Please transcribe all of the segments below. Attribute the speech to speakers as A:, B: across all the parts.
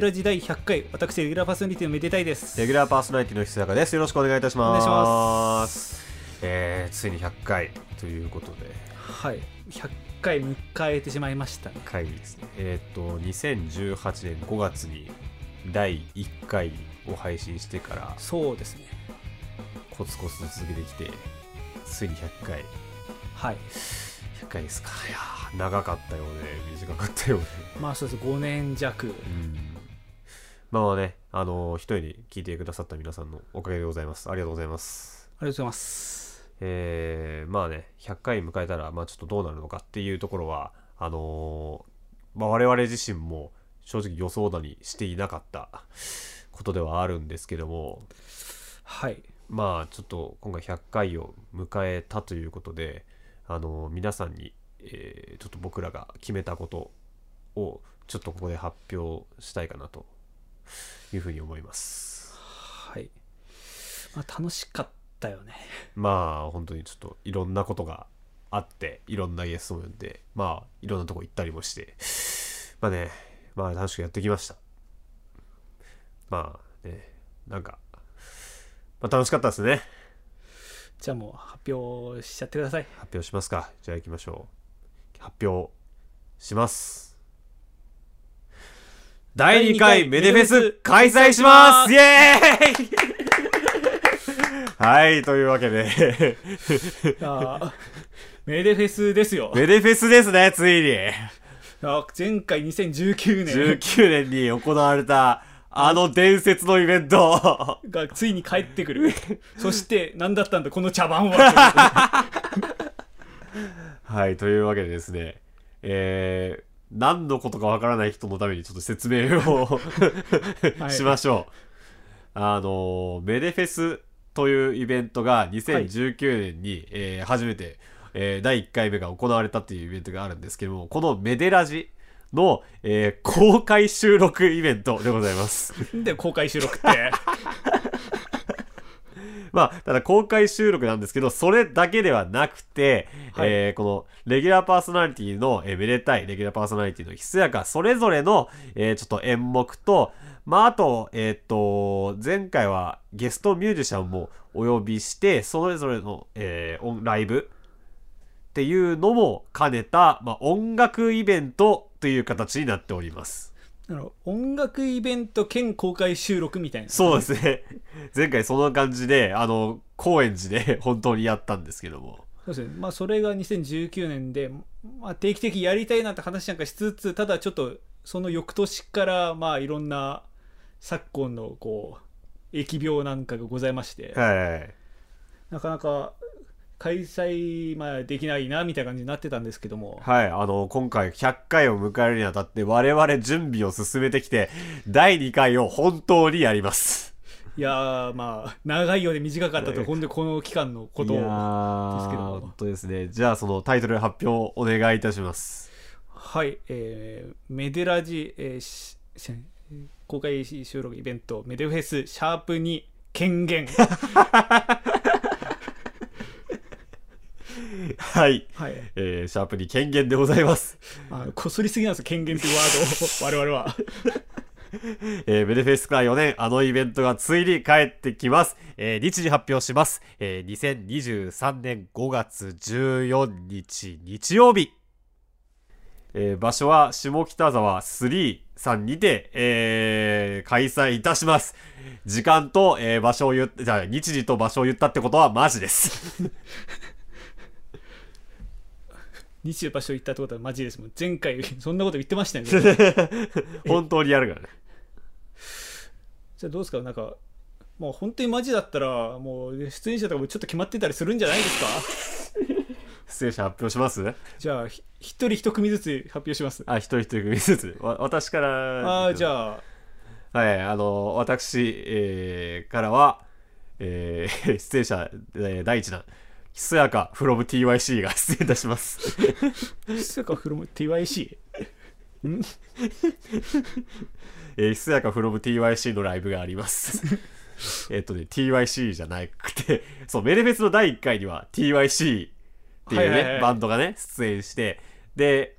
A: ラジ第100回私レギュラーパーソナリティのめでたいです
B: レギュラーパーソナリティの久坂ですよろしくお願いいたします
A: お願いします
B: えー、ついに100回ということで
A: はい100回迎えてしまいましたね
B: 会議ですねえーっ、と2018年5月に第1回を配信してから
A: そうですね
B: コツコツと続けてきてついに100回
A: はい
B: 100回ですかいやー長かったようで短かったようで
A: まあそうです5年弱
B: うんまあまあねあのー一人に聞いてくださった皆さんのおかげでございますありがとうございます
A: ありがとうございます
B: えーまあね100回迎えたら、まあ、ちょっとどうなるのかっていうところはあのーまあ、我々自身も正直予想だにしていなかったことではあるんですけども
A: はい
B: まあちょっと今回100回を迎えたということで、あのー皆さんに、えーちょっと僕らが決めたことをちょっとここで発表したいかなというふうに思います。
A: はい、まあ、楽しかったよね
B: まあ本当にちょっといろんなことがあっていろんなゲストも呼んでまあいろんなとこ行ったりもしてまあねまあ楽しくやってきましたまあねなんか、まあ、楽しかったですね
A: じゃあもう発表しちゃってく ださい
B: 発表しますかじゃあ行きましょう発表します第2回メデフェス開催しますイエーイはいというわけで
A: あーメデフェスですよ
B: メデフェスですねついに
A: あー前回2019年
B: 19年に行われた、あの伝説のイベント。
A: がついに帰ってく るそして何だったんだこの茶番 は
B: はい、というわけでですね、えー、何のことかわからない人のためにちょっと説明を
A: はい
B: しましょう。あのー、メデフェスというイベントが2019年に、えー初めて、えー第1回目が行われたというイベントがあるんですけども、このメデラジの、えー公開収録イベントでございます。
A: なんで公開収録って
B: まあ、ただ公開収録なんですけど、それだけではなくて、
A: はい
B: えーこの、レギュラーパーソナリティの、えーめでたい、レギュラーパーソナリティのひすやか、それぞれの、えーちょっと演目と、まあ、あと、えーっ、と、前回はゲストミュージシャンもお呼びして、それぞれの、えーオンライブっていうのも兼ねた、まあ、音楽イベントという形になっております。
A: あの音楽イベント兼公開収録みたいな
B: そうですね。 前回そんな感じで、あの、高円寺で本当にやったんですけども。
A: そうですねまあそれが2019年で、まあ、定期的にやりたいなって話なんかしつつただちょっとその翌年からまあいろんな昨今のこう疫病なんかがございまして、
B: はい。
A: なかなか開催、まあ、できないなみたいな感じになってたんですけども、
B: はい、あの、今回100回を迎えるにあたって我々準備を進めてきて、第2回を本当にやります。
A: いやーまあ長いようで短かったと
B: ね
A: ほんでこの期間のこと
B: いや
A: を
B: ー
A: ですけども
B: 本当ですね。じゃあそのタイトル発表お願いいたします。
A: はい、えーメデラジ、えーしし公開収録イベントメデフェスシャープ2権限
B: はい。
A: はい
B: えー、シャープに権限でございます。
A: あのこすりすぎなんですよ権限というワードを 我々は
B: えー、メデフェスから4年、あのイベントがついに帰ってきます。えー、日時発表します。えー、2023年5月14日日曜日。えー場所は下北沢3さんにて、えー開催いたします。時間と、えー場所を言っじゃあ日時と場所を言ったってことはマジです。
A: 日中場所行ったってことはマジですもん前回そんなこと言ってましたよね
B: 本当にやるからね。
A: じゃあどうですかなんかもう本当にマジだったらもう出演者とかもちょっと決まってたりするんじゃない ですか
B: 出演者発表します
A: じゃあひ一人一組ずつ発表します
B: あ、一人一人組ずつ。わ私から。
A: ああじゃあ
B: はい、あの、私、えーからは、えー 出演者、えー第一弾、ひそやか from TYC が出演いたします。
A: 静かフロム TYC ん
B: えー、ひそやか from TYC のライブがあります。 えっとね、TYC じゃなくて、 そう、メレフェスの第1回には TYC っていうね、
A: はいはいはい
B: バンドがね、出演して、で、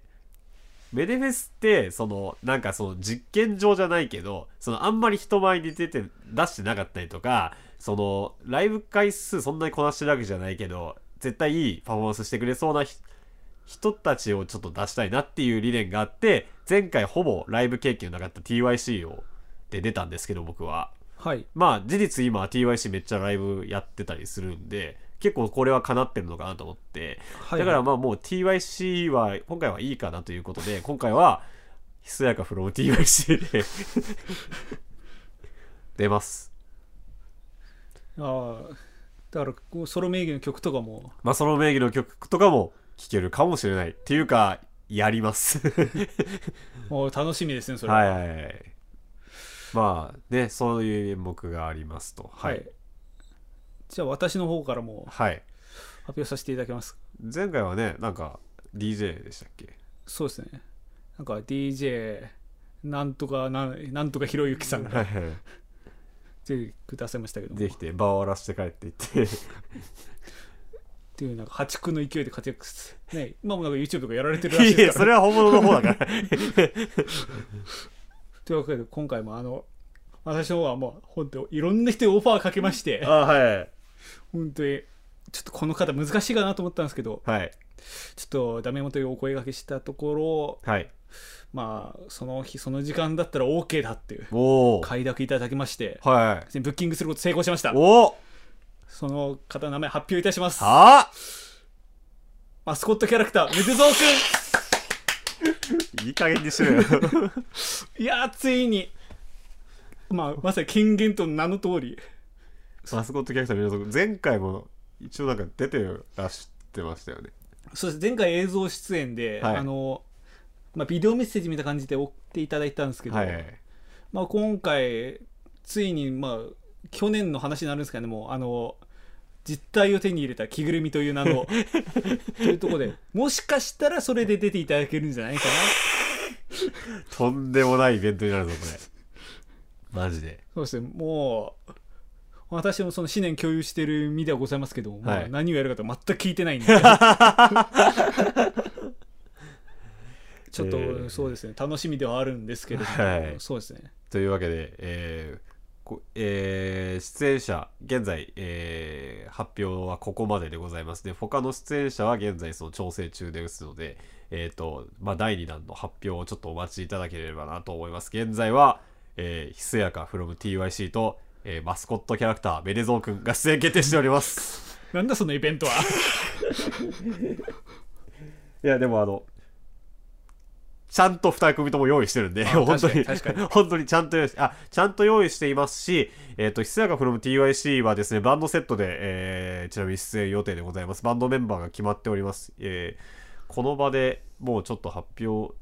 B: メデフェスってそのなんかその実験場じゃないけどそのあんまり人前に出て出してなかったりとかそのライブ回数そんなにこなしてるわけじゃないけど絶対いいパフォーマンスしてくれそうなひ人たちをちょっと出したいなっていう理念があって前回ほぼライブ経験のなかった TYC をで出たんですけど僕は
A: はい
B: まあ事実今 TYC めっちゃライブやってたりするんで結構これは叶ってるのかなと思って
A: はい
B: だからまあもう TYC は今回はいいかなということで今回は「ひそやか from TYC」で出ます
A: ああだからこうソロ名義の曲とかも
B: まあその名義の曲とかも聴けるかもしれないっていうかやります
A: お楽しみですねそれ
B: はいはいはいまあねそういう演目がありますと
A: は
B: はいい
A: じゃあ私の方からも
B: はい
A: 発表させていただきます
B: 前回はねなんか DJ でしたっけ
A: そうですねなんか DJ なんとかなんなんとかひろゆきさん
B: は
A: が
B: いはい
A: 出てくださいましたけども
B: できて場を荒らして帰っていって
A: っていうなんか破竹の勢いで活躍すね今もなんか YouTube とかやられてるらしい
B: い
A: で
B: や
A: すか
B: そ
A: ら
B: れは本物の方だから
A: というわけで今回もあの私の方はもう本当いろんな人にオファーかけまして
B: あはい
A: 本当にちょっとこの方難しいかなと思ったんですけど
B: はい
A: ちょっとダメ元にお声掛けしたところ
B: はい
A: まあその日その時間だったら OK だっていう
B: おお
A: 快諾いただきまして
B: はい
A: ブッキングすること成功しました
B: おお
A: その方の名前発表いたします
B: はあ
A: マスコットキャラクタームズゾウ く
B: いい加減にしろよ
A: んいやーついにまあまさに権限と名の通り
B: マスコットキャラクター皆さん前回も一応なんか出てらしてましたよね
A: そうです前回映像出演で、
B: はい
A: あのまあ、ビデオメッセージみたいな感じで送っていただいたんですけど、
B: はいはい
A: まあ、今回ついに、まあ、去年の話になるんですかねもうあの実体を手に入れた着ぐるみという 名のというところでもしかしたらそれで出ていただけるんじゃないかな
B: とんでもないイベントになるぞこれマジで
A: そうですねもう私もその思念共有している身ではございますけども、まあ
B: はい
A: 何をやるかと全く聞いてないん でちょっと、
B: えー
A: そうですね楽しみではあるんですけれども、
B: はい
A: そうですね
B: というわけで、えーこえー出演者現在、えー発表はここまででございますで他の出演者は現在その調整中ですので、えーとまあ、第2弾の発表をちょっとお待ちいただければなと思います現在は、えー、ひそやか fromTYC と、えーマスコットキャラクターベレゾーくんが出演決定しております
A: なんだそのイベントは
B: いやでもあのちゃんと2組とも用意してるんで、本当に
A: 確かに確か
B: 本当にちゃんと用意しあちゃんと用意していますし、えっ、と、ひそやか from TYC はですね、バンドセットで、えーちなみに出演予定でございます。バンドメンバーが決まっております。えーこの場でもうちょっと発表、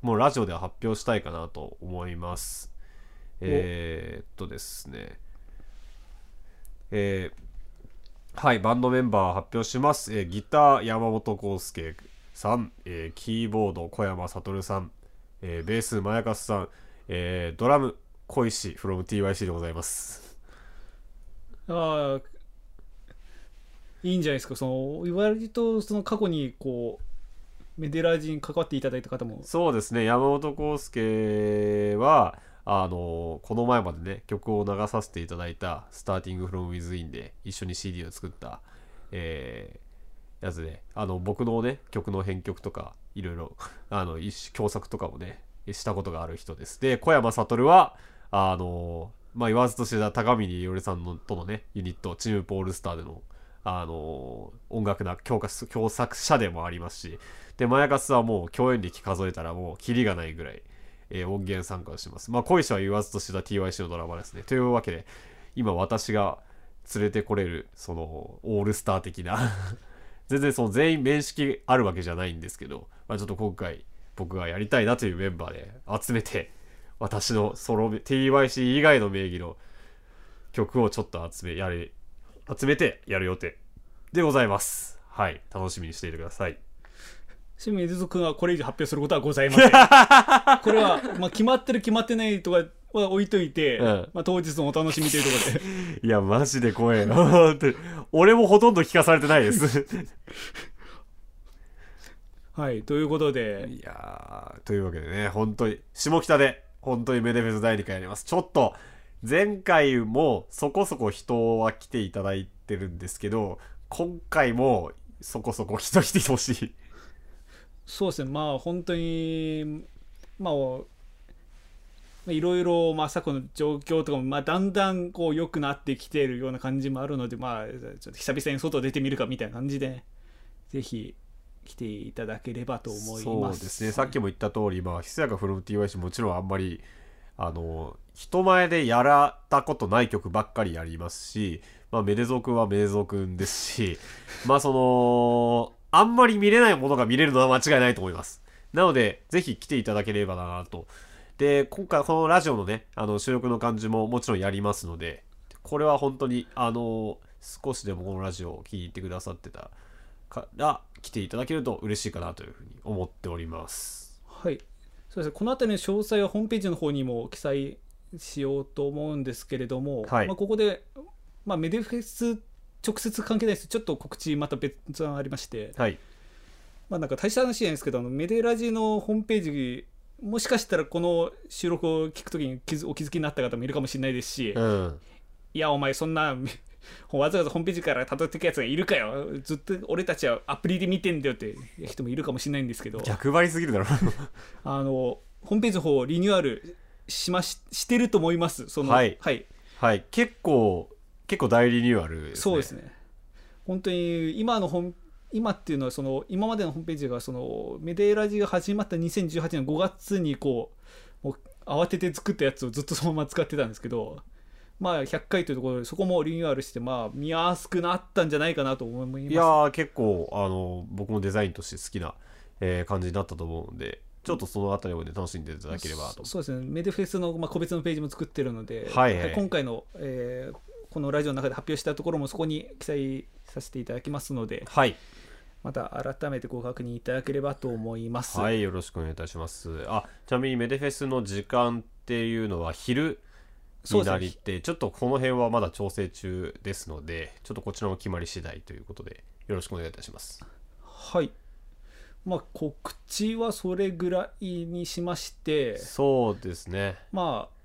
B: もうラジオでは発表したいかなと思います。えーっとですね、えーはい、バンドメンバー発表します。えーギター、山本康介さん、えーキーボード、小山悟さん、えーベース、まやかすさん、えードラム、小石 from TYC でございます。
A: ああいいんじゃないですかその割とその過去にこうメデラージに関わっていただいた方も
B: そうですね、山本康介は、あのーこの前までね、曲を流させていただいた、スターティングフロムウィズインで一緒に CD を作った、えーやつで、あの、僕のね、曲の編曲とか、いろい ろ、あの、一共作とかもね、したことがある人です。で、小山悟は、あのーまあ、言わずと知れた高峰伊織さんのとのね、ユニット、チームポールスターでの、あのー音楽な教科教作者でもありますし、で、マヤカスはもう共演歴数えたらもうキリがないぐらい、えー音源参加をします。まあ、恋しは言わずと知れた TYC のドラマですね。というわけで、今私が連れてこれる、その、オールスター的な、 全然その全員面識あるわけじゃないんですけど、まあ、ちょっと今回僕がやりたいなというメンバーで集めて、私のソロ TYC 以外の名義の曲をちょっと集め、やれ、集めてやる予定でございます。はい。楽しみにしていてください。
A: 清水く君はこれ以上発表することはございま せんこれは、まあ、決まってる決まってないとかは置いといて、
B: うん
A: まあ、当日のお楽しみというところ で
B: いや、マジで怖 えな。本当に俺もほとんど聞かされてないです。
A: はい、ということで、
B: いやーというわけでね、本当に、下北で、本当にメデフェス第2回やります。ちょっと、前回もそこそこ人は来ていただいてるんですけど、今回もそこそこ人来てほしい。
A: そうですね、まあ本当に、まあ、おまあいろいろ、まあ、昨今の状況とかも、まあ、だんだんこう良くなってきてるような感じもあるので、まあ、ちょっと久々に外出てみるかみたいな感じで、ぜひ来ていただければと思います。
B: そうですね、さっきも言った通り、まあ、ひそやかフロム TYC もちろんあんまり、あの、人前でやらたことない曲ばっかりやりますし、まあ、めでぞうくんはめでぞうくんですし、 まあ、その、あんまり見れないものが見れるのは間違いないと思います。なので、ぜひ来ていただければなと。で、今回このラジオのね、あの、収録の感じももちろんやりますので、これは本当に、あの、少しでもこのラジオを聞いてくださってたから来ていただけると嬉しいかなというふうに思っております。
A: はい、そうですねこの辺りの詳細はホームページの方にも記載しようと思うんですけれども、
B: はい
A: まあ、ここで、まあ、メデフェス直接関係ないですちょっと告知また別案ありまして、
B: はい。
A: まあ、なんか大した話じゃないですけどあのメデラジのホームページもしかしたらこの収録を聞くときに気づお気づきになった方もいるかもしれないですし、
B: うん。
A: いやお前そんな わざわざホームページから辿ってくやつがいるかよずっと俺たちはアプリで見てんだよって人もいるかもしれないんですけど
B: 逆張りすぎるだろ。
A: あのホームページの方をリニューアルしまししてると思いますその
B: はい はい。結構、結構大リニューアルですね。
A: そうですね本当に今の本今っていうのはその今までのホームページがそのメデラジが始まった2018年5月にこうもう慌てて作ったやつをずっとそのまま使ってたんですけどまあ100回というところでそこもリニューアルしてまあ見やすくなったんじゃないかなと思います
B: いやー、結構、あの、僕もデザインとして好きな、えー感じになったと思うんで、ちょっとそのあたりをね、楽しんでいただければと
A: そ。そうですねメデフェスの、まあ、個別のページも作ってるので、
B: はいはい
A: 今回の、えーこのラジオの中で発表したところもそこに記載させていただきますので
B: はい。
A: また改めてご確認いただければと思います、
B: はい、よろしくお願いいたします。あ、ちなみにメデフェスの時間っていうのは昼
A: そう
B: に
A: です
B: な
A: ね
B: りって、ちょっとこの辺はまだ調整中ですので、ちょっとこちらも決まり次第ということで、よろしくお願いいたします。
A: はいまあ、告知はそれぐらいにしまして、
B: そうですね。
A: まあ、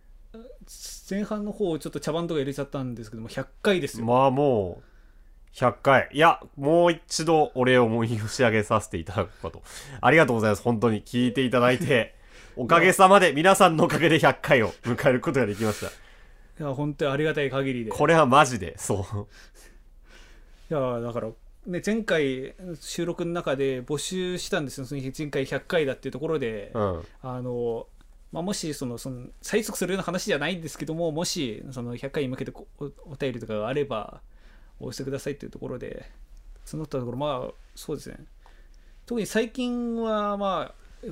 A: 前半の方ちょっと茶番とか入れちゃったんですけども100回ですよ、
B: まあもう、100回。いや、もう一度お礼を申し上げさせていただくこと。ありがとうございます。本当に聞いていただい て、おかげさまで、皆さんのおかげで100回を迎えることができました。
A: いや本当にありがたい限りで
B: これはマジで、そう。
A: いやーだから、ね、前回収録の中で募集したんですよ、その前回100回だっていうところで、
B: うん。
A: あのまあ、もしそのその催促するような話じゃないんですけども、もしその100回に向けてこおお便りとかがあれば、お寄せくださいっていうところで、募ったところ、まあそうですね、特に最近は、まあ、ふ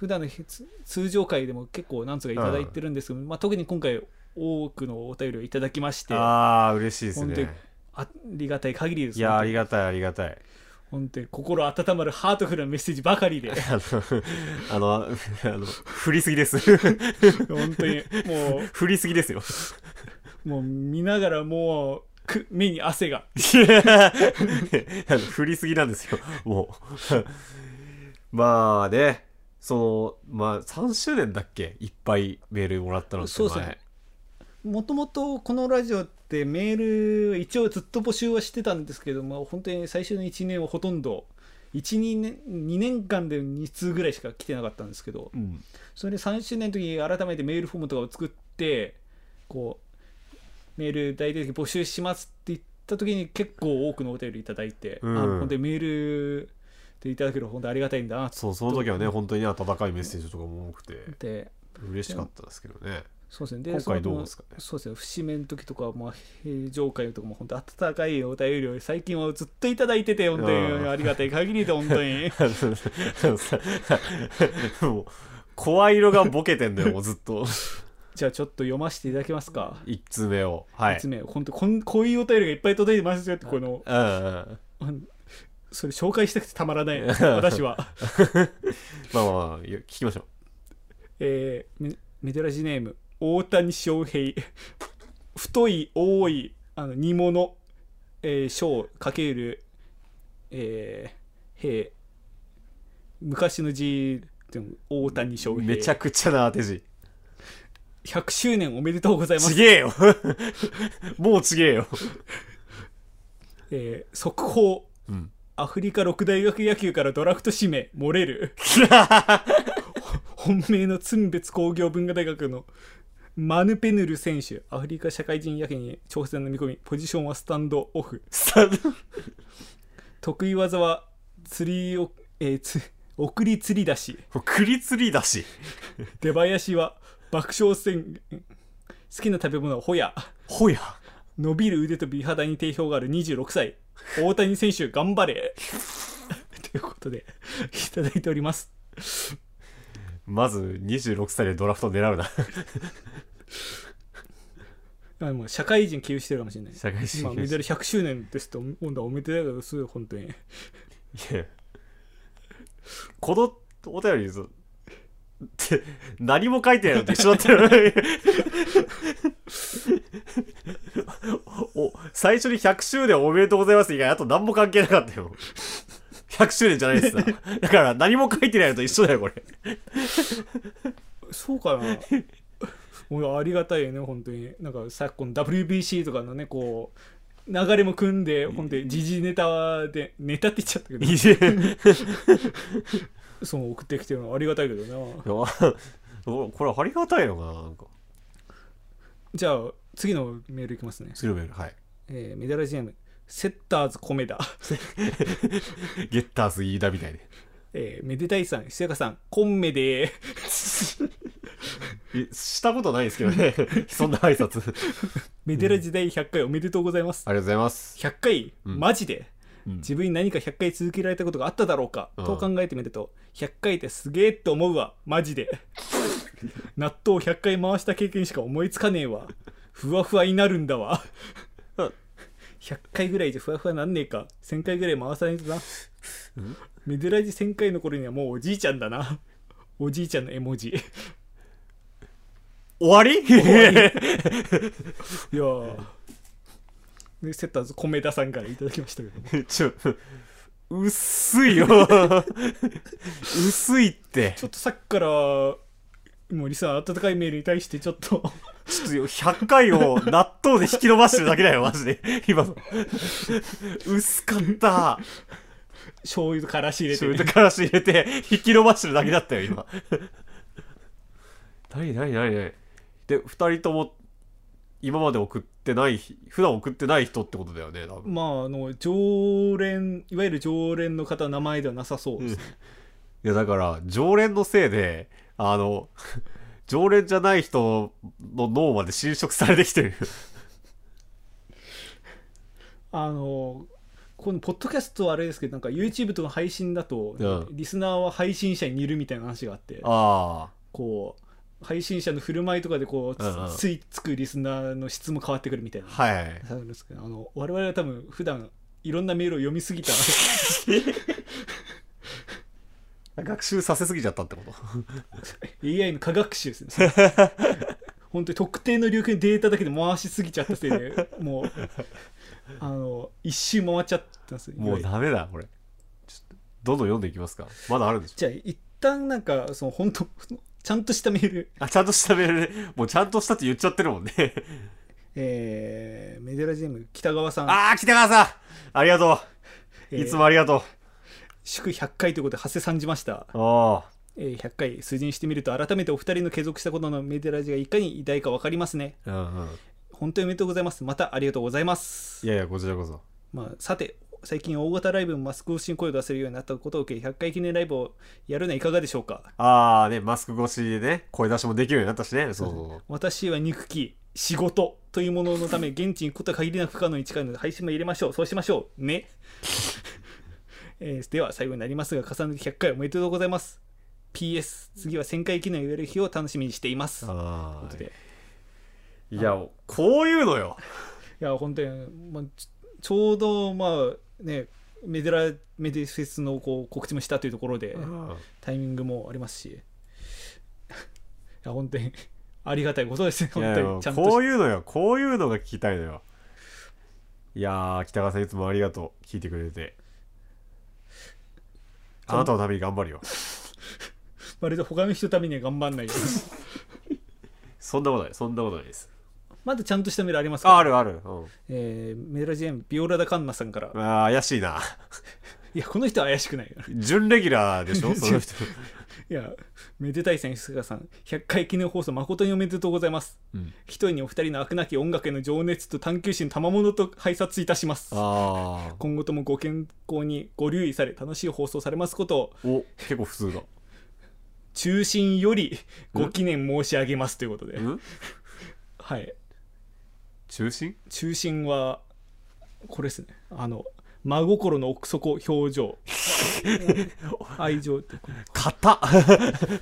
A: 普段のひつ通常回でも結構何つかいただいてるんですけど、まあ、特に今回、多くのお便りをいただきまして、あ
B: ああ、嬉しいです
A: 本当に
B: ね。
A: りがたい限りです。
B: いやーありがたいありがた い
A: 本当に心温まるハートフルなメッセージば かりで
B: あのあのあの振りすぎです
A: 本当にも
B: 振りすぎですよ
A: うもう見ながらもうく目に汗が
B: い やあの振りすぎなんですよもう まあねそのまあ3周年だっけいっぱいメールもらったのって
A: そうですね
B: 前
A: もともとこのラジオってメール一応ずっと募集はしてたんですけども本当に最初の1年はほとんど12年2年間で2通ぐらいしか来てなかったんですけど
B: うん
A: それで3周年の時に改めてメールフォームとかを作ってこうメール大々的に募集しますって言った時に結構多くのお便りいただいて、
B: うん
A: あ本当にメールでいただける本当にありがたいんだな
B: そうその時はね本当にね温かいメッセージとかも多くて
A: って
B: 嬉しかったですけどね
A: そうですねで
B: 今回
A: その
B: どうですかね
A: そうですね節目の時とか、まあ、平常会の時も本当温かいお便りを最近はずっといただいてて本当
B: う
A: に
B: ん
A: ありがたい限りで本当 に
B: あのさもう声色がボケてんだよもうずっと
A: じゃあちょっと読ませていただけますか
B: 一通目をはい
A: 一つ目本当こんこういうお便りがいっぱい届いてますよってこの
B: うんうん
A: あのそれ紹介したくてたま らない私は、
B: まあまあまあ、よ聞きましょう。
A: えーメメデラジネーム大谷翔平太い多いあの煮物、えー、小かける、えー、平昔の字でも大谷翔平
B: めちゃくちゃな当て字。
A: 100周年おめでとうございま
B: ち
A: す、
B: げえよ もうちげえよ。
A: えー速報、
B: ん
A: アフリカ六大学野球からドラフト指名漏れる本命の津別工業文化大学のマヌペヌル選手アフリカ社会人野球に挑戦の見込みポジションはスタンドオフ得意技は釣りを、えーつ送り釣り出し
B: 栗釣りだし。
A: 出囃子は爆笑戦好きな食べ物はホヤ
B: ほや。
A: 伸びる腕と美肌に定評がある26歳大谷選手頑張れ ということでいただいております
B: まず26歳でドラフト狙うな。
A: あもう社会人給してるかもしれない
B: 社会人
A: まあ
B: 給
A: メ
B: して
A: ダ
B: る
A: ル100周年ですと今度はおめでたいことする本当に
B: いやこのお便り、そって何も書いてないのと一緒だったよね。 お最初に100周年おめでとうございます以外、あと何も関係なかったよ。100周年じゃないですな。だから何も書いてないのと一緒だよ、これ。
A: そうかな もうありがたいよね本当になんか昨今 WBC とかのねこう流れも組んで本当に時事ネタでネタって言っちゃったけど その送ってきてるのはありがたいけどな
B: あこれありがたいのかななんか
A: じゃあ次のメールいきますね、
B: 次のメールはい
A: えーメダルジェムセッターズコメダ、
B: ゲッターズ飯田みたいで
A: えーめでたいさんひせやかさんコンメでー
B: えしたことないですけどね そんな挨拶
A: メデラ時代100回おめでとうございます
B: ありがとうございます
A: 100回、
B: ん
A: マジ
B: う
A: で、
B: ん
A: 自分に何か100回続けられたことがあっただろうか、
B: うん
A: と考えてみると100回ってすげえって思うわマジで 納豆100回回した経験しか思いつかねえわふわふわになるんだわ
B: うん
A: 100回ぐらいじゃふわふわなんねえか1000回ぐらい回さないとなメデラジ1000回の頃にはもうおじいちゃんだなおじいちゃんの絵文字いや
B: 終わり
A: ーでセッターズ米田さんからいただきましたけど
B: ちょ薄いよ薄いって
A: ちょっとさっきから、もうリスナー温かいメールに対してちょっと、
B: ちょっとよ100回を納豆で引き伸ばしてるだけだよマジで今の薄かった
A: 醤油とからし入れ
B: ち
A: て
B: ょ
A: ね、
B: っとからし入れて引き伸ばしてるだけだったよ今何何何何で2人とも今まで送ってない普段送ってない人ってことだよね多分
A: まあ、あの、常連、いわゆる常連の方、名前ではなさそうですね。
B: いやだから常連のせいであの 常連じゃない人の脳まで侵食されてき てる
A: あの、このポッドキャストはあれですけど、なんか YouTube との配信だと、
B: うん
A: リスナーは配信者に似るみたいな話があって、
B: あ
A: こう、配信者の振る舞いとかでこう、つ,、
B: うんうん
A: いつくリスナーの質も変わってくるみたいな
B: あ。はい
A: あるんですけどあの我々は多分普段いろんなメールを読みすぎた
B: 学習させすぎちゃったってこと
A: AI の科学習ですね 本当に特定の領域のデータだけで回しすぎちゃったせいでもうあの一周回っちゃったんですよ
B: もうダメだこれちょっとどんどん読んでいきますかまだあるんでしょ
A: じゃあ一旦なんかその本当そのちゃんとしたメール、
B: あちゃんとしたメールでもうちゃんとしたって言っちゃってるもんね
A: えーメデラジーム北川さん、
B: ああ北川さんありがとう
A: えー
B: いつもありがと
A: 祝100回ということで発生参じました
B: う、ああ
A: えー100回数字にしてみると改めてお二人の継続したことのメデラジがいかに偉大か分かりますね
B: うんうん
A: 本当におめでとうございますまたありがとうございます
B: いやいやこちらこそ
A: まあ、さて最近大型ライブもマスク越しに声を出せるようになったことを受け100回記念ライブをやるのはいかがでしょうか
B: ああねマスク越しでね声出しもできるようになったしねそうそうそう
A: 私は憎き仕事というもののた め現地に行くことは限りなく不可能に近いので配信も入れましょうそうしましょうね、 えーでは最後になりますが重ねて100回おめでとうございます PS 次は1000回記念をやる日を楽しみにしていますという
B: あ
A: こと
B: ー
A: で
B: いやこういうのよ
A: いや本当に、まあ、ちちょうどまあねメデラメデフェスのこう告知もしたというところで、タイミングもありますし、い や本当にありがたいことですね、
B: い
A: 本
B: や
A: 当に、ちゃんと
B: こう
A: し
B: いうのよこういうのが聞きたいのよいやー北川さんいつもありがとう聞いてくれてあなたのために頑張るよ。
A: まるで他の人のためには頑張んないです
B: そんなことない、そんなことないです。
A: まだちゃんとしたメールありますか
B: あ、あるある。うん。
A: えーメールジェームビオラダ・カンナさんから
B: あー怪しいな。
A: いやこの人は怪しくないよ
B: 準レギュラーでし ょ、その人。
A: いやめでたいさん吉坂さん100回記念放送誠におめでとうございます、
B: ん
A: 一人にお二人の飽くなき音楽への情熱と探求心賜物と拝察いたします
B: あ
A: 今後ともご健康にご留意され楽しい放送されますことを
B: あ。お、結構普通だ。
A: 中心よりご記念申し上げますということで、
B: ん
A: はい
B: 中心
A: 中心はこれですねあの真心の奥底表情 愛情ってこ
B: 硬っ
A: とあ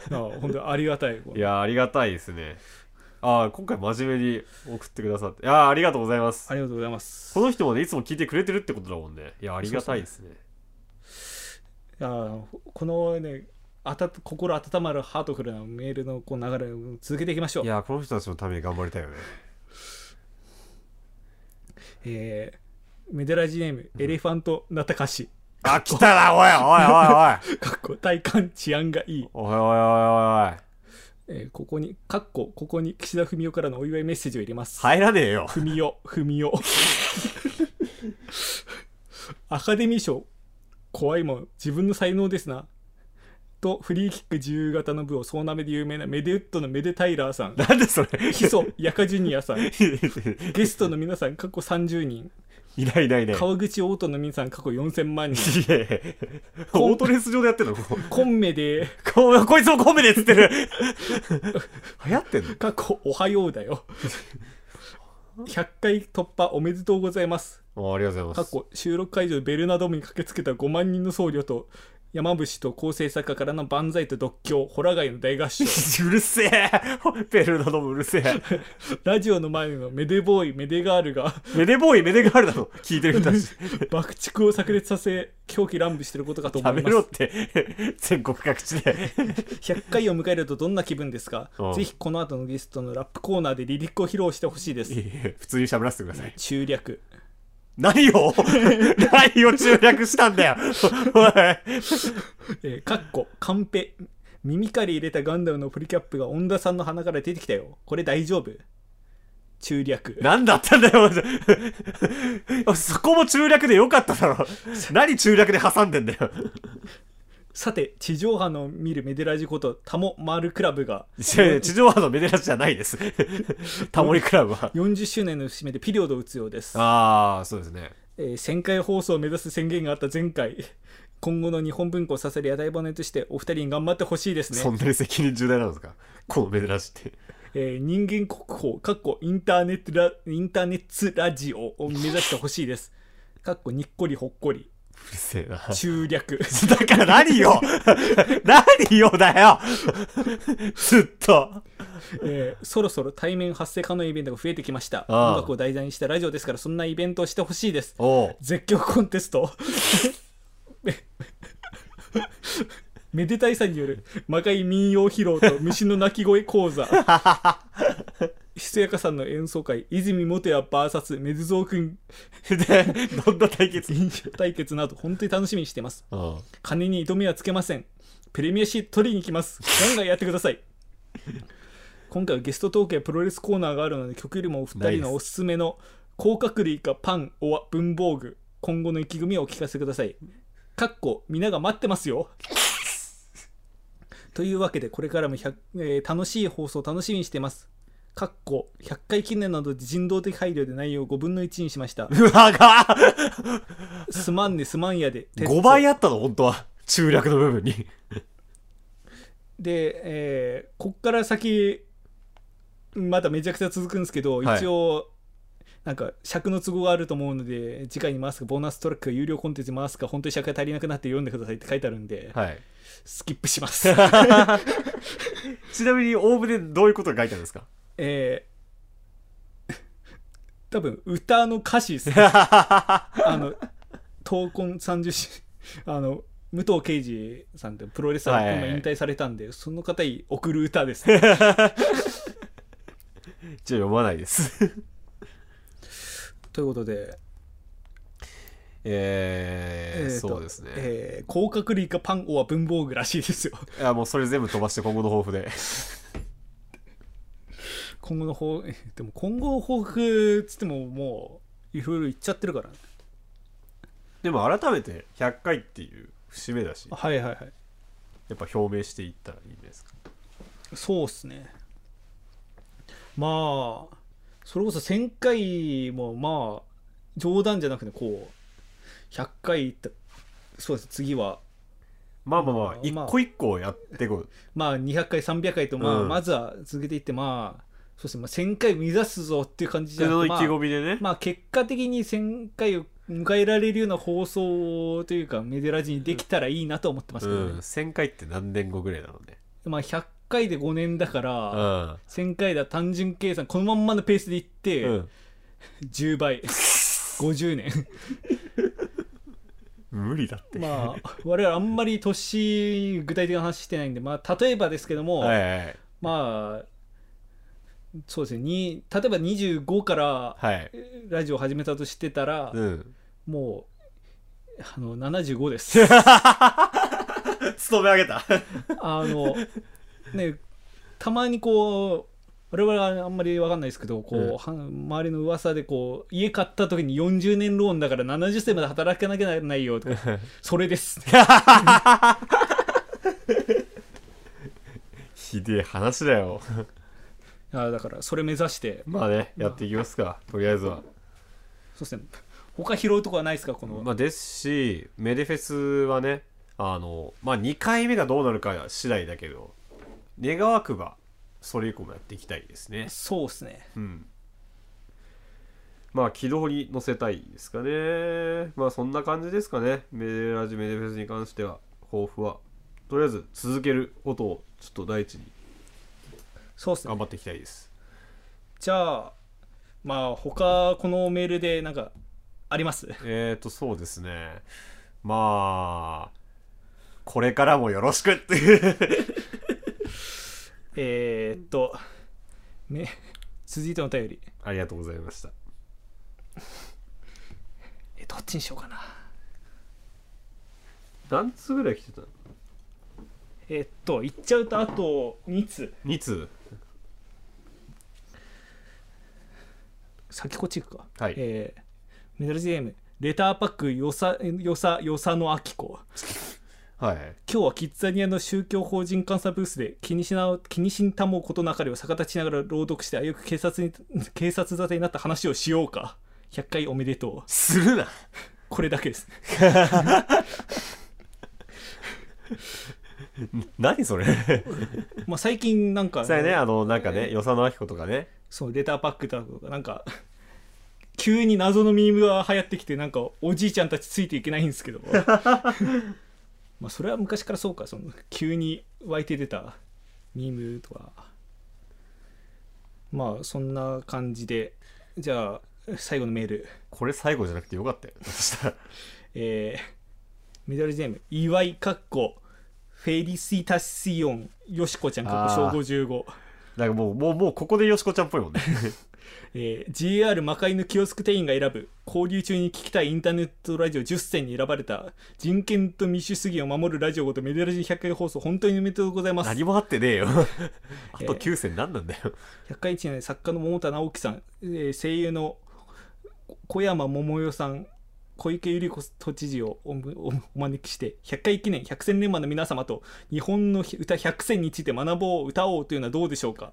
A: 本当にありがた
B: い
A: い
B: やーありがたいですね。ああ、今回真面目に送ってくださって。いやーありがとうございます
A: あ。りがとうございます
B: この人もね、いつも聞いてくれてるってことだもんね。いや、ありがたいですね。
A: いやーこのねあた心温まるハートフルなメールのこう流れを続けていきましょう
B: い、やーこの人たちのために頑張りたいよね。
A: えーメデラジネーム、エレファント・ナタカシ
B: あ、来たな、おいお
A: かっこ体感治安がいい、
B: いおいおい。おいおいおいおい。
A: えーここにかっこここに岸田文雄からのお祝いメッセージを入れます
B: 入らねえよ。
A: 文雄文雄アカデミー賞怖いもん自分の才能ですなとフリーキック自由形の部を総なめで有名なメデウッドのメデタイラーさん
B: なんでそれ
A: ヒソヤカジュニアさんゲストの皆さん、過去30人。
B: いないいないいない。
A: 川口オートの皆さん、過去4000万人。
B: いやいやオートレース上でやってるのこ
A: コンメで、
B: ここいつもコンビでっつってる 流行ってんの
A: 過去おはようだよ。100回突破おめでとうございます。
B: あありがとうござい
A: 過
B: ます。
A: 去収録会場ベルナドームに駆けつけた5万人の僧侶と、山伏と構成作家からの万歳と独協、ホラガイの大 合唱、
B: うるせえベルナドもうるせえ
A: ラジオの前のメデボーイ、メデガールが
B: メデボーイ、メデガールだろ聞いてる人たち。
A: 爆竹を炸裂させ、狂気乱舞してることかと思
B: や
A: い
B: め
A: ま
B: ろっ。
A: す
B: て、全国各地で。
A: 100回を迎えるとどんな気分ですか
B: うん
A: ぜひこの後のゲストのラップコーナーでリリックを披露してほしいです
B: い。や普通に喋らせてください。
A: 中略
B: 何を 何を中略したんだよおい
A: えー、かっこカンペ耳から入れたガンダムのプリキャップが恩田さんの鼻から出てきたよこれ大丈夫中略
B: 何だったんだよおいそこも中略でよかっただろ何中略で挟んでんだよ
A: さて地上波の見るメデラジことタモマルクラブが
B: いやいや地上波のメデラじゃないです。タモリクラブは。
A: 40周年の節目でピリオドを打つようです、
B: ああ、そうですね。
A: えー1000回放送を目指す宣言があった前回 今後の日本文化を支える屋台骨としてお二人に頑張ってほしいですね
B: そんなに責任重大なんですかこのメデラジって。
A: えー人間国宝かっこインターネットラインターネッツラジオを目指してほしいです。かっこにっこりほっこり
B: うるせえな。
A: 中 略
B: だから何よ何よだよずっと。
A: えーそろそろ対面発生可能イベントが増えてきまし
B: あ
A: た
B: あ
A: 音楽を題材にしたラジオですからそんなイベントをしてほしいです
B: おう。
A: 絶叫コンテスト めでたいさんによる魔界民謡披露と虫の鳴き声講座ひそやかさんの演奏会泉元也 VS メズゾウくん
B: で、どんな対決
A: 飲酒対決など本当に楽しみにしています
B: うん。
A: 金に糸目はつけませんプレミアシート取りに行きますガンガンやってください今回はゲストトークやプロレスコーナーがあるので曲よりもお二人のおすすめの甲殻類かパンおわ文房具今後の意気込みをお聞かせくださいかっこみんなが待ってますよというわけでこれからも100、えー楽しい放送楽しみにしていますかっこ100回記念などで人道的配慮で内容を5分の1にしました
B: うわが
A: すまんねすまんやで
B: !5 倍あったの本当は。 中略の部分に。
A: で、えーこっから先まだめちゃくちゃ続くんですけど、
B: はい
A: 一応なんか尺の都合があると思うので次回に回すかボーナストラック有料コンテンツに回すか本当に尺が足りなくなって読んでくださいって書いてあるんで、
B: はい。
A: スキップ します、
B: ちなみに、オーブでどういうことが書いてあるんですか
A: えー多分歌の歌詞です ねあの闘魂三十四あの武藤敬司さんってプロレスラー
B: は
A: 今
B: い
A: 引退されたんで、その方に送る歌です
B: じゃあ読まないです。
A: ということで
B: え
A: えーと
B: そうですね、
A: えー甲殻類かパンオは文房具らしいですよ
B: いやもうそれ全部飛ばして今後の抱負で
A: 今後の抱負え でも今後の抱負っつってももういろいろ言っちゃってるからね
B: でも改めて100回っていう節目だしや
A: はいはいはい
B: っぱ表明していったらいいんですか
A: そうっすねまあそれこそ1000回もまあ冗談じゃなくてこう100回いったそうです次は
B: まあまあま
A: ま
B: あ
A: あ
B: 一個一個やっていこう、
A: まあ200回300回とまあ
B: うん
A: まずは続けていってまあそうですねまあ1000回目指すぞっていう感じじゃ
B: そ
A: なく
B: の
A: て
B: 意気
A: まあ
B: 込みでね、
A: まあ結果的に1000回を迎えられるような放送というかメデラジにできたらいいなとは思ってます
B: う
A: けど
B: ん
A: ね、
B: 1000回って何年後ぐらいなのね
A: まあ100回で5年だから、
B: うん
A: 1000回だ単純計算このまんまのペースでいって、
B: うん
A: 10倍50年
B: 無理だって、
A: まあ我々あんまり年具体的な話してないんでまあ例えばですけども、
B: はいはい
A: まあそうですねに例えば25から
B: はい
A: ラジオ始めたとしてたら、
B: うん
A: もうあの75です
B: 勤め上 げた
A: あのねたまにこう我々はあんまり分かんないですけどこう、
B: うん
A: は周りの噂でこう家買った時に40年ローンだから70歳まで働かなきゃならないよとかそ れです
B: ひでえ話だよ
A: あーだからそれ目指して
B: まあねやっていきますかとりあえずは
A: そうですね他拾うとこはないですかこの、
B: まあ、ですしメデフェスはねあの、まあ、2回目がどうなるか次第だけど願わくばそれ以降もやっていきたいですね
A: そうですね
B: うんまあ軌道に乗せたいですかねまあそんな感じですかねメデラジメデフェスに関しては抱負はとりあえず続けることをちょっと第一に
A: そうです
B: 頑
A: ね
B: 張っていきたいです
A: じゃあまあ他このメールでなんかあります
B: えーとそうですねまあこれからもよろしくっていう
A: えーっと、ね、続いてのお便り、
B: ありがとうございました
A: えどっちにしようかな。
B: 何通ぐらい来てたの
A: えーっと、言っちゃうとあと2つ。
B: 2通
A: 先こっち行くか。
B: はい
A: えーメダル GM、レターパックよさ、よさ、よさのあきこ。
B: はい
A: 今日はキッザニアの宗教法人監査ブースで気にしな気にしんたもうことなかれを逆立ちながら朗読してあよく警察に警察沙汰になった話をしようか100回おめでとう
B: するな
A: これだけです
B: 何それ
A: まあ最近なん か、
B: それねあのなんかね与謝野明子とかね
A: そうレターパックだとかなんか 急に謎のミームが流行ってきてなんかおじいちゃんたちついていけないんですけどまあそれは昔からそうかその急に湧いて出たミームとかまあそんな感じでじゃあ最後のメール
B: これ最後じゃなくてよかったよ そしたら
A: えー、メダルジェーム岩井かっこフェリシタシオンよしこちゃんかっこ小
B: あ
A: 55
B: なんかもうもうもうここでよしこちゃんっぽいもん ね
A: えー JR 魔界のキオスク店員が選ぶ交流中に聞きたいインターネットラジオ10選に選ばれた人権と民主主義を守るラジオごとメデラジ100回放送本当におめでとうございます
B: 何もあってね えよあと9選何なんだよ、
A: 100回一年作家の桃田直樹さん、えー声優の小山桃代さん小池百合子都知事をおむおお招きして100回記念100選連番の皆様と日本の歌100選について学ぼう歌おうというのはどうでしょうか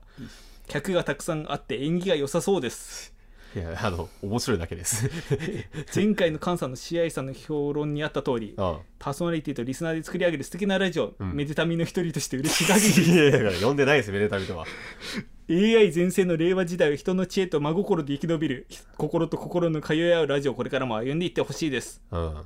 A: 客がたくさんあって縁起が良さそうです
B: いやあの面白いだけです
A: 前回の菅さんの試合さんの評論にあった通り
B: ああ
A: パーソナリティとリスナーで作り上げる素敵なラジオ、
B: ん
A: めでたみの一人として嬉しい 限り
B: いやだから呼んでないですめでたみとは
A: AI 全盛の令和時代を人の知恵と真心で生き延びる心と心の通い合うラジオをこれからも歩んでいってほしいです
B: うん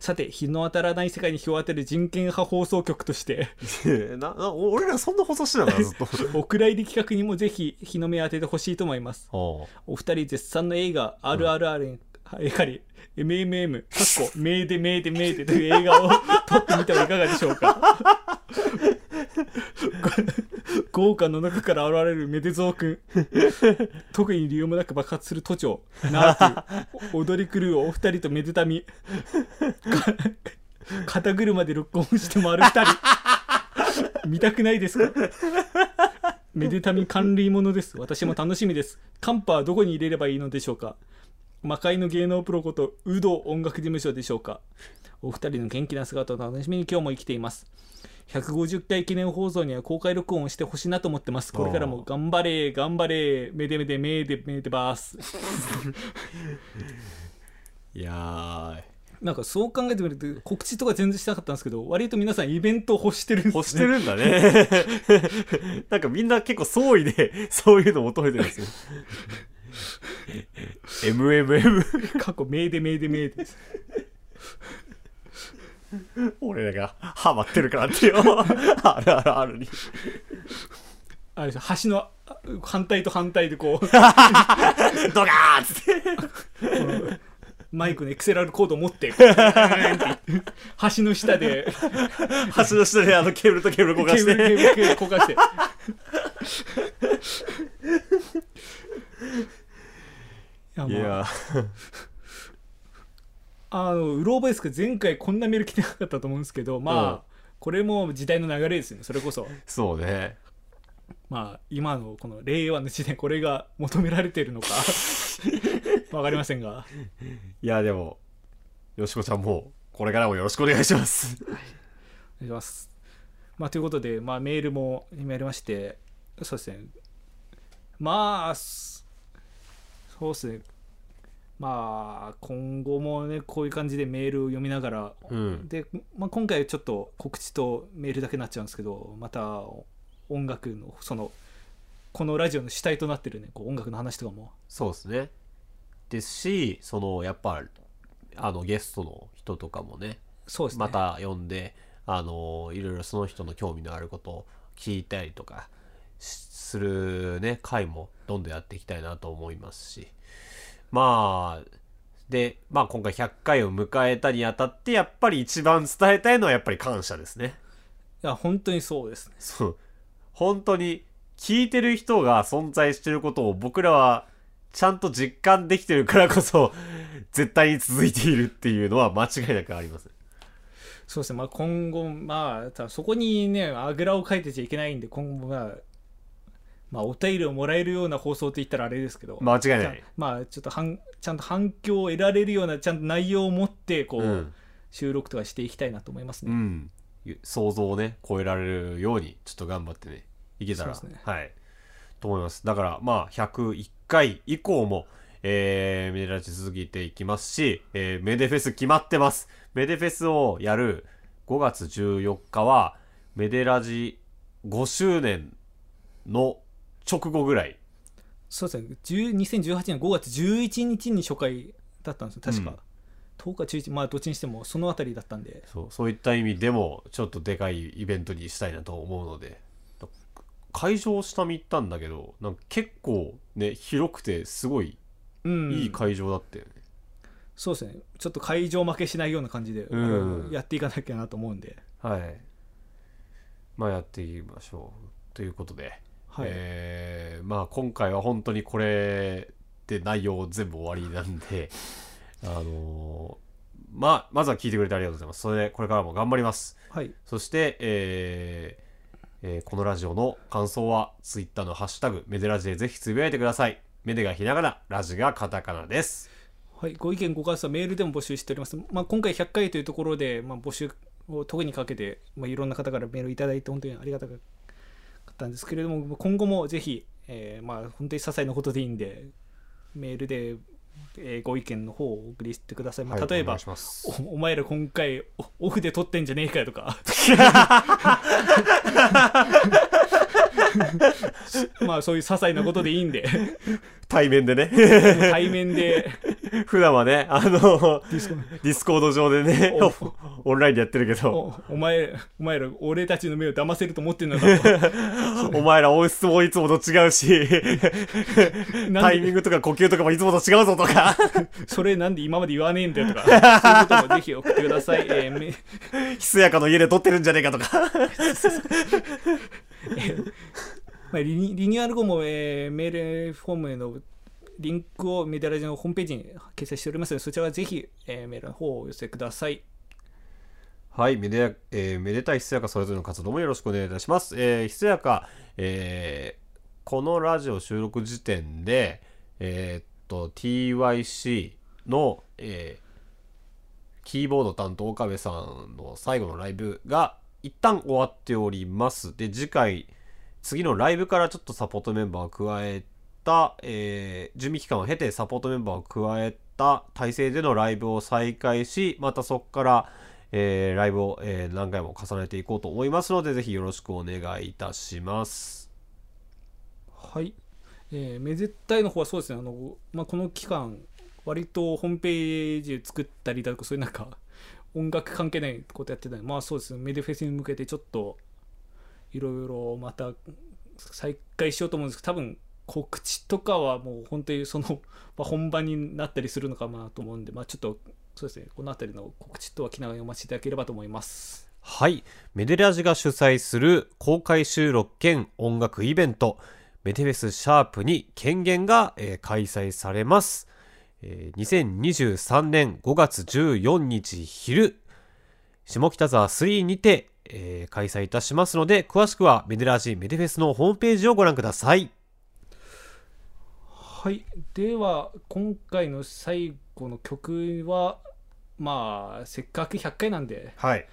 A: さて日の当たらない世界に日を当てる人権派放送局 として
B: いやななお俺らそんな放送してたからずっと
A: お蔵入り企画にもぜひ日の目を当ててほしいと思います
B: おう
A: お二人絶賛の映画「RRR に」えかり MMM かっこ「めでめでめで」という映画を撮ってみてはいかがでしょうか 豪華の中から現れるメデゾウ君特に理由もなく爆発する都庁なあというお踊り狂うお二人とめでたみか肩車で録音して回る二人 見たくないですかめでたみ関類者です私も楽しみですカンパはどこに入れればいいのでしょうか魔界の芸能プロこと有働音楽事務所でしょうかお二人の元気な姿を楽しみに今日も生きています150回記念放送には公開録音をしてほしいなと思ってますこれからも頑張れ頑張れめでめでめでめでばーす
B: いやー
A: なんかそう考えてみると告知とか全然してなかったんですけど割と皆さんイベントを欲してるんですね
B: 欲してるんだね なんかみんな結構総意で そういうの求めてるんですよ MMM
A: 過去めでめでめで
B: 俺らがハマってるからってよあるあるあるに
A: あれですよ橋のあ反対と反対でこう
B: ドカーンっつって
A: マイクのエクセラルコードを持って、こう橋の下で、
B: 橋の下であのケーブルとケーブル交換
A: ケー
B: し
A: ブル、ケー
B: て
A: ブル、ケーブル交換して。いや、
B: い
A: まあ、
B: や
A: あの、うろ覚えですけど、前回こんなメール来てなかったと思うんですけど、まあ、これも時代の流れですよね、それこそ。
B: そうね
A: まあ、今のこの令和の時代、これが求められてるのか、わかりませんが。
B: いやでもよしこちゃんもこれからもよろしくお願いします
A: お願いします。まあ、ということで、まあ、メールも今やりまして、そうですね、まあ、すそうですね、まあ、今後もね、こういう感じでメールを読みながら、
B: うん
A: で、まあ、今回ちょっと告知とメールだけになっちゃうんですけど、また音楽の、その、このラジオの主体となってるね、こう音楽の話とかも、
B: そうですねですしそのやっぱあのゲストの人とかもね
A: そうですね、
B: また読んで、あのいろいろその人の興味のあることを聞いたりとかしするね回もどんどんやっていきたいなと思いますしまあで、まあ、今回100回を迎えたにあたってやっぱり一番伝えたいのはやっぱり感謝ですね。
A: いや、本当にそうですね。
B: そう本当に聞いてる人が存在してることを僕らはちゃんと実感できてるからこそ絶対に続いているっていうのは間違いなくあります。
A: そうですね、まあ、今後、まあ、ただそこにね、あぐらをかいてちゃいけないんで、今後は、まあ、お便りをもらえるような放送って言ったらあれですけど、
B: 間違い
A: ち
B: な
A: ゃん
B: い。
A: まあ、ちょっとはんちゃんと反響を得られるような、ちゃんと内容を持って、こう、
B: うん
A: 収録とかしていきたいなと思います
B: う
A: ね。
B: ん、想像をね超えられるようにちょっと頑張ってねいけたら、
A: そうですね
B: はいと思いますだからまあ101回以降もえー、メデラチ続けていきますし、えーメデフェス決まってますメデフェスをやる5月14日はメデラジ5周年の直後ぐらい
A: そうですね、10 2018年5月11日に初回だったんですよ、確か。10日、11、まあ、どっちにしても、そのあたりだったんで、
B: そうそういった意味でもちょっとでかいイベントにしたいなと思うので会場下見行ったんだけどなんか結構ね広くてすごい
A: うん、
B: いい会場だったよね、
A: そうですね、ちょっと会場負けしないような感じで、
B: ん
A: あのやっていかなきゃなと思うんで。
B: はいまあやっていきましょうということで、
A: はい
B: えーまあ今回は本当にこれで内容全部終わりなん であのーまあまずは聞いてくれてありがとうございますそれでこれからも頑張ります
A: はい
B: そして、えーえーこのラジオの感想は、ツイッターのハッシュタグ、メデラジでぜひつぶやいてください。メデがひらがな、ラジがカタカナです。
A: はい、ご意見、ご感想はメールでも募集しております。まあ、今回100回というところで、まあ、募集を特にかけて、まあ、いろんな方からメールいただいて、本当にありがたかったんですけれども、今後もぜひ、えーまあ、本当に些細なことでいいんで、メールで、えーご意見の方をお送りしてください。まあ、
B: はい
A: 例え
B: お願
A: ば
B: いします
A: お、お前ら今回おオフで撮ってんじゃねえかよとか。 まあそういう些細なことでいいん で
B: 対面でね、
A: 対面で
B: 普段はね、あの、ディスコード上でね、 オンラインでやってるけど、
A: おお前お前ら俺たちの目を騙せると思ってんのか と
B: お前ら音質もいつもと違うし、
A: な
B: タ
A: ん
B: イ
A: で
B: ミングとか呼吸とかもいつもと違うぞとか、
A: それなんで今まで言わねえんだよとかそういうこともぜひ送ってください、えーめ
B: ひそやかの家で撮ってるんじゃねえかとか、
A: まあ、リニリニューアル後も、えーメールフォームへのリンクをメデラジのホームページに掲載しておりますのでそちらはぜひ、えーメールの方をお寄せください
B: はい、めでや、えーめでたいひそやかそれぞれの活動もよろしくお願いいたします。えーひそやか、えーこのラジオ収録時点で、えーっと、TYC の、えーキーボード担当岡部さんの最後のライブが一旦終わっております。で、次回、次のライブからちょっとサポートメンバーを加えた、えー準備期間を経てサポートメンバーを加えた体制でのライブを再開し、またそこから、えーライブを、えー何回も重ねていこうと思いますので、ぜひよろしくお願いいたします。
A: はい、えー、めでたいの方はそうですねあの、まあ、この期間割とホームページ作ったりだとかそういうなんか音楽関係ないことやってたのでまあそうですねメデフェスに向けてちょっといろいろまた再開しようと思うんですけど多分告知とかはもう本当にその、 まあ、本番になったりするのかなと思うんで、まあ、ちょっとそうですねこの辺りの告知とは気長にお待ちいただければと思います。
B: はい。メデラジが主催する公開収録兼音楽イベント、メテフェスシャープに権限が、えー開催されます。えー2023年5月14日昼、下北沢3にて、えー開催いたしますので、詳しくはメデラジメデフェスのホームページをご覧ください。
A: はい、では今回の最後の曲はまあせっかく100回なんで、
B: はい。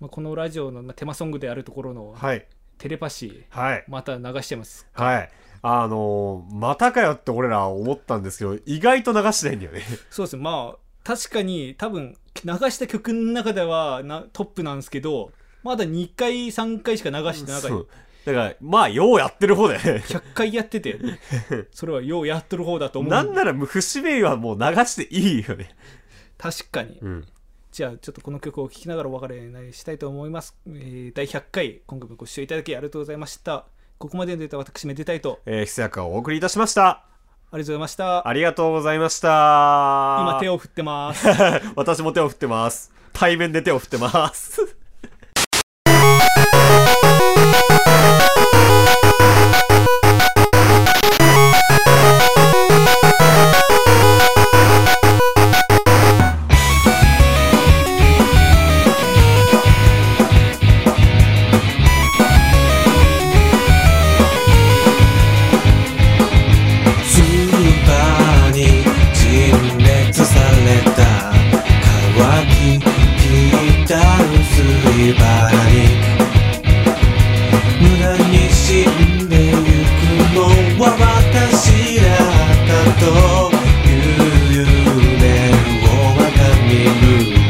A: まあ、このラジオのまあテーマソングであるところの
B: はい。
A: テレパシー
B: はい。
A: また流してます
B: はい。あのーまたかよって俺ら思ったんですけど、意外と流してないんだよね。
A: そうですねまあ確かに多分流した曲の中ではなトップなんですけどまだ2回3回しか流してなかった
B: そうだから、まあ、ようやってる方だよね。
A: 100回や っててそれはようやっとる方だと思う
B: なんなら、節目はもう流していいよね。
A: 確かに
B: うん。
A: じゃあちょっとこの曲を聴きながらお別れにしたいと思います、えー第100回今回もご視聴いただきありがとうございましたここまでのデータ私めでたいと
B: えー、ひそやかをお送りいたしました。
A: ありがとうございました
B: ありがとうございました。
A: 今
B: 今
A: 手
B: を。
A: を振ってます
B: 私も手を振ってます。対面で手を振ってます。
C: スーパーに陳列された乾ききった薄いバラに無駄に死んでゆくのは私だったという夢をまた見る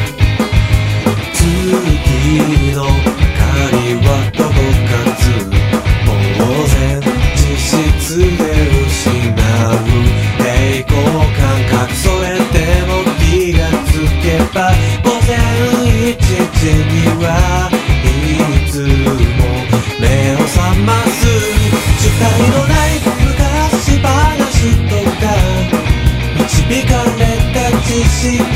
C: 月の狩りはどこかず当然実質で失う抵抗感覚それでも気がつけば午前1時にはいつも目を覚ます主体のない昔話とか導かれた知識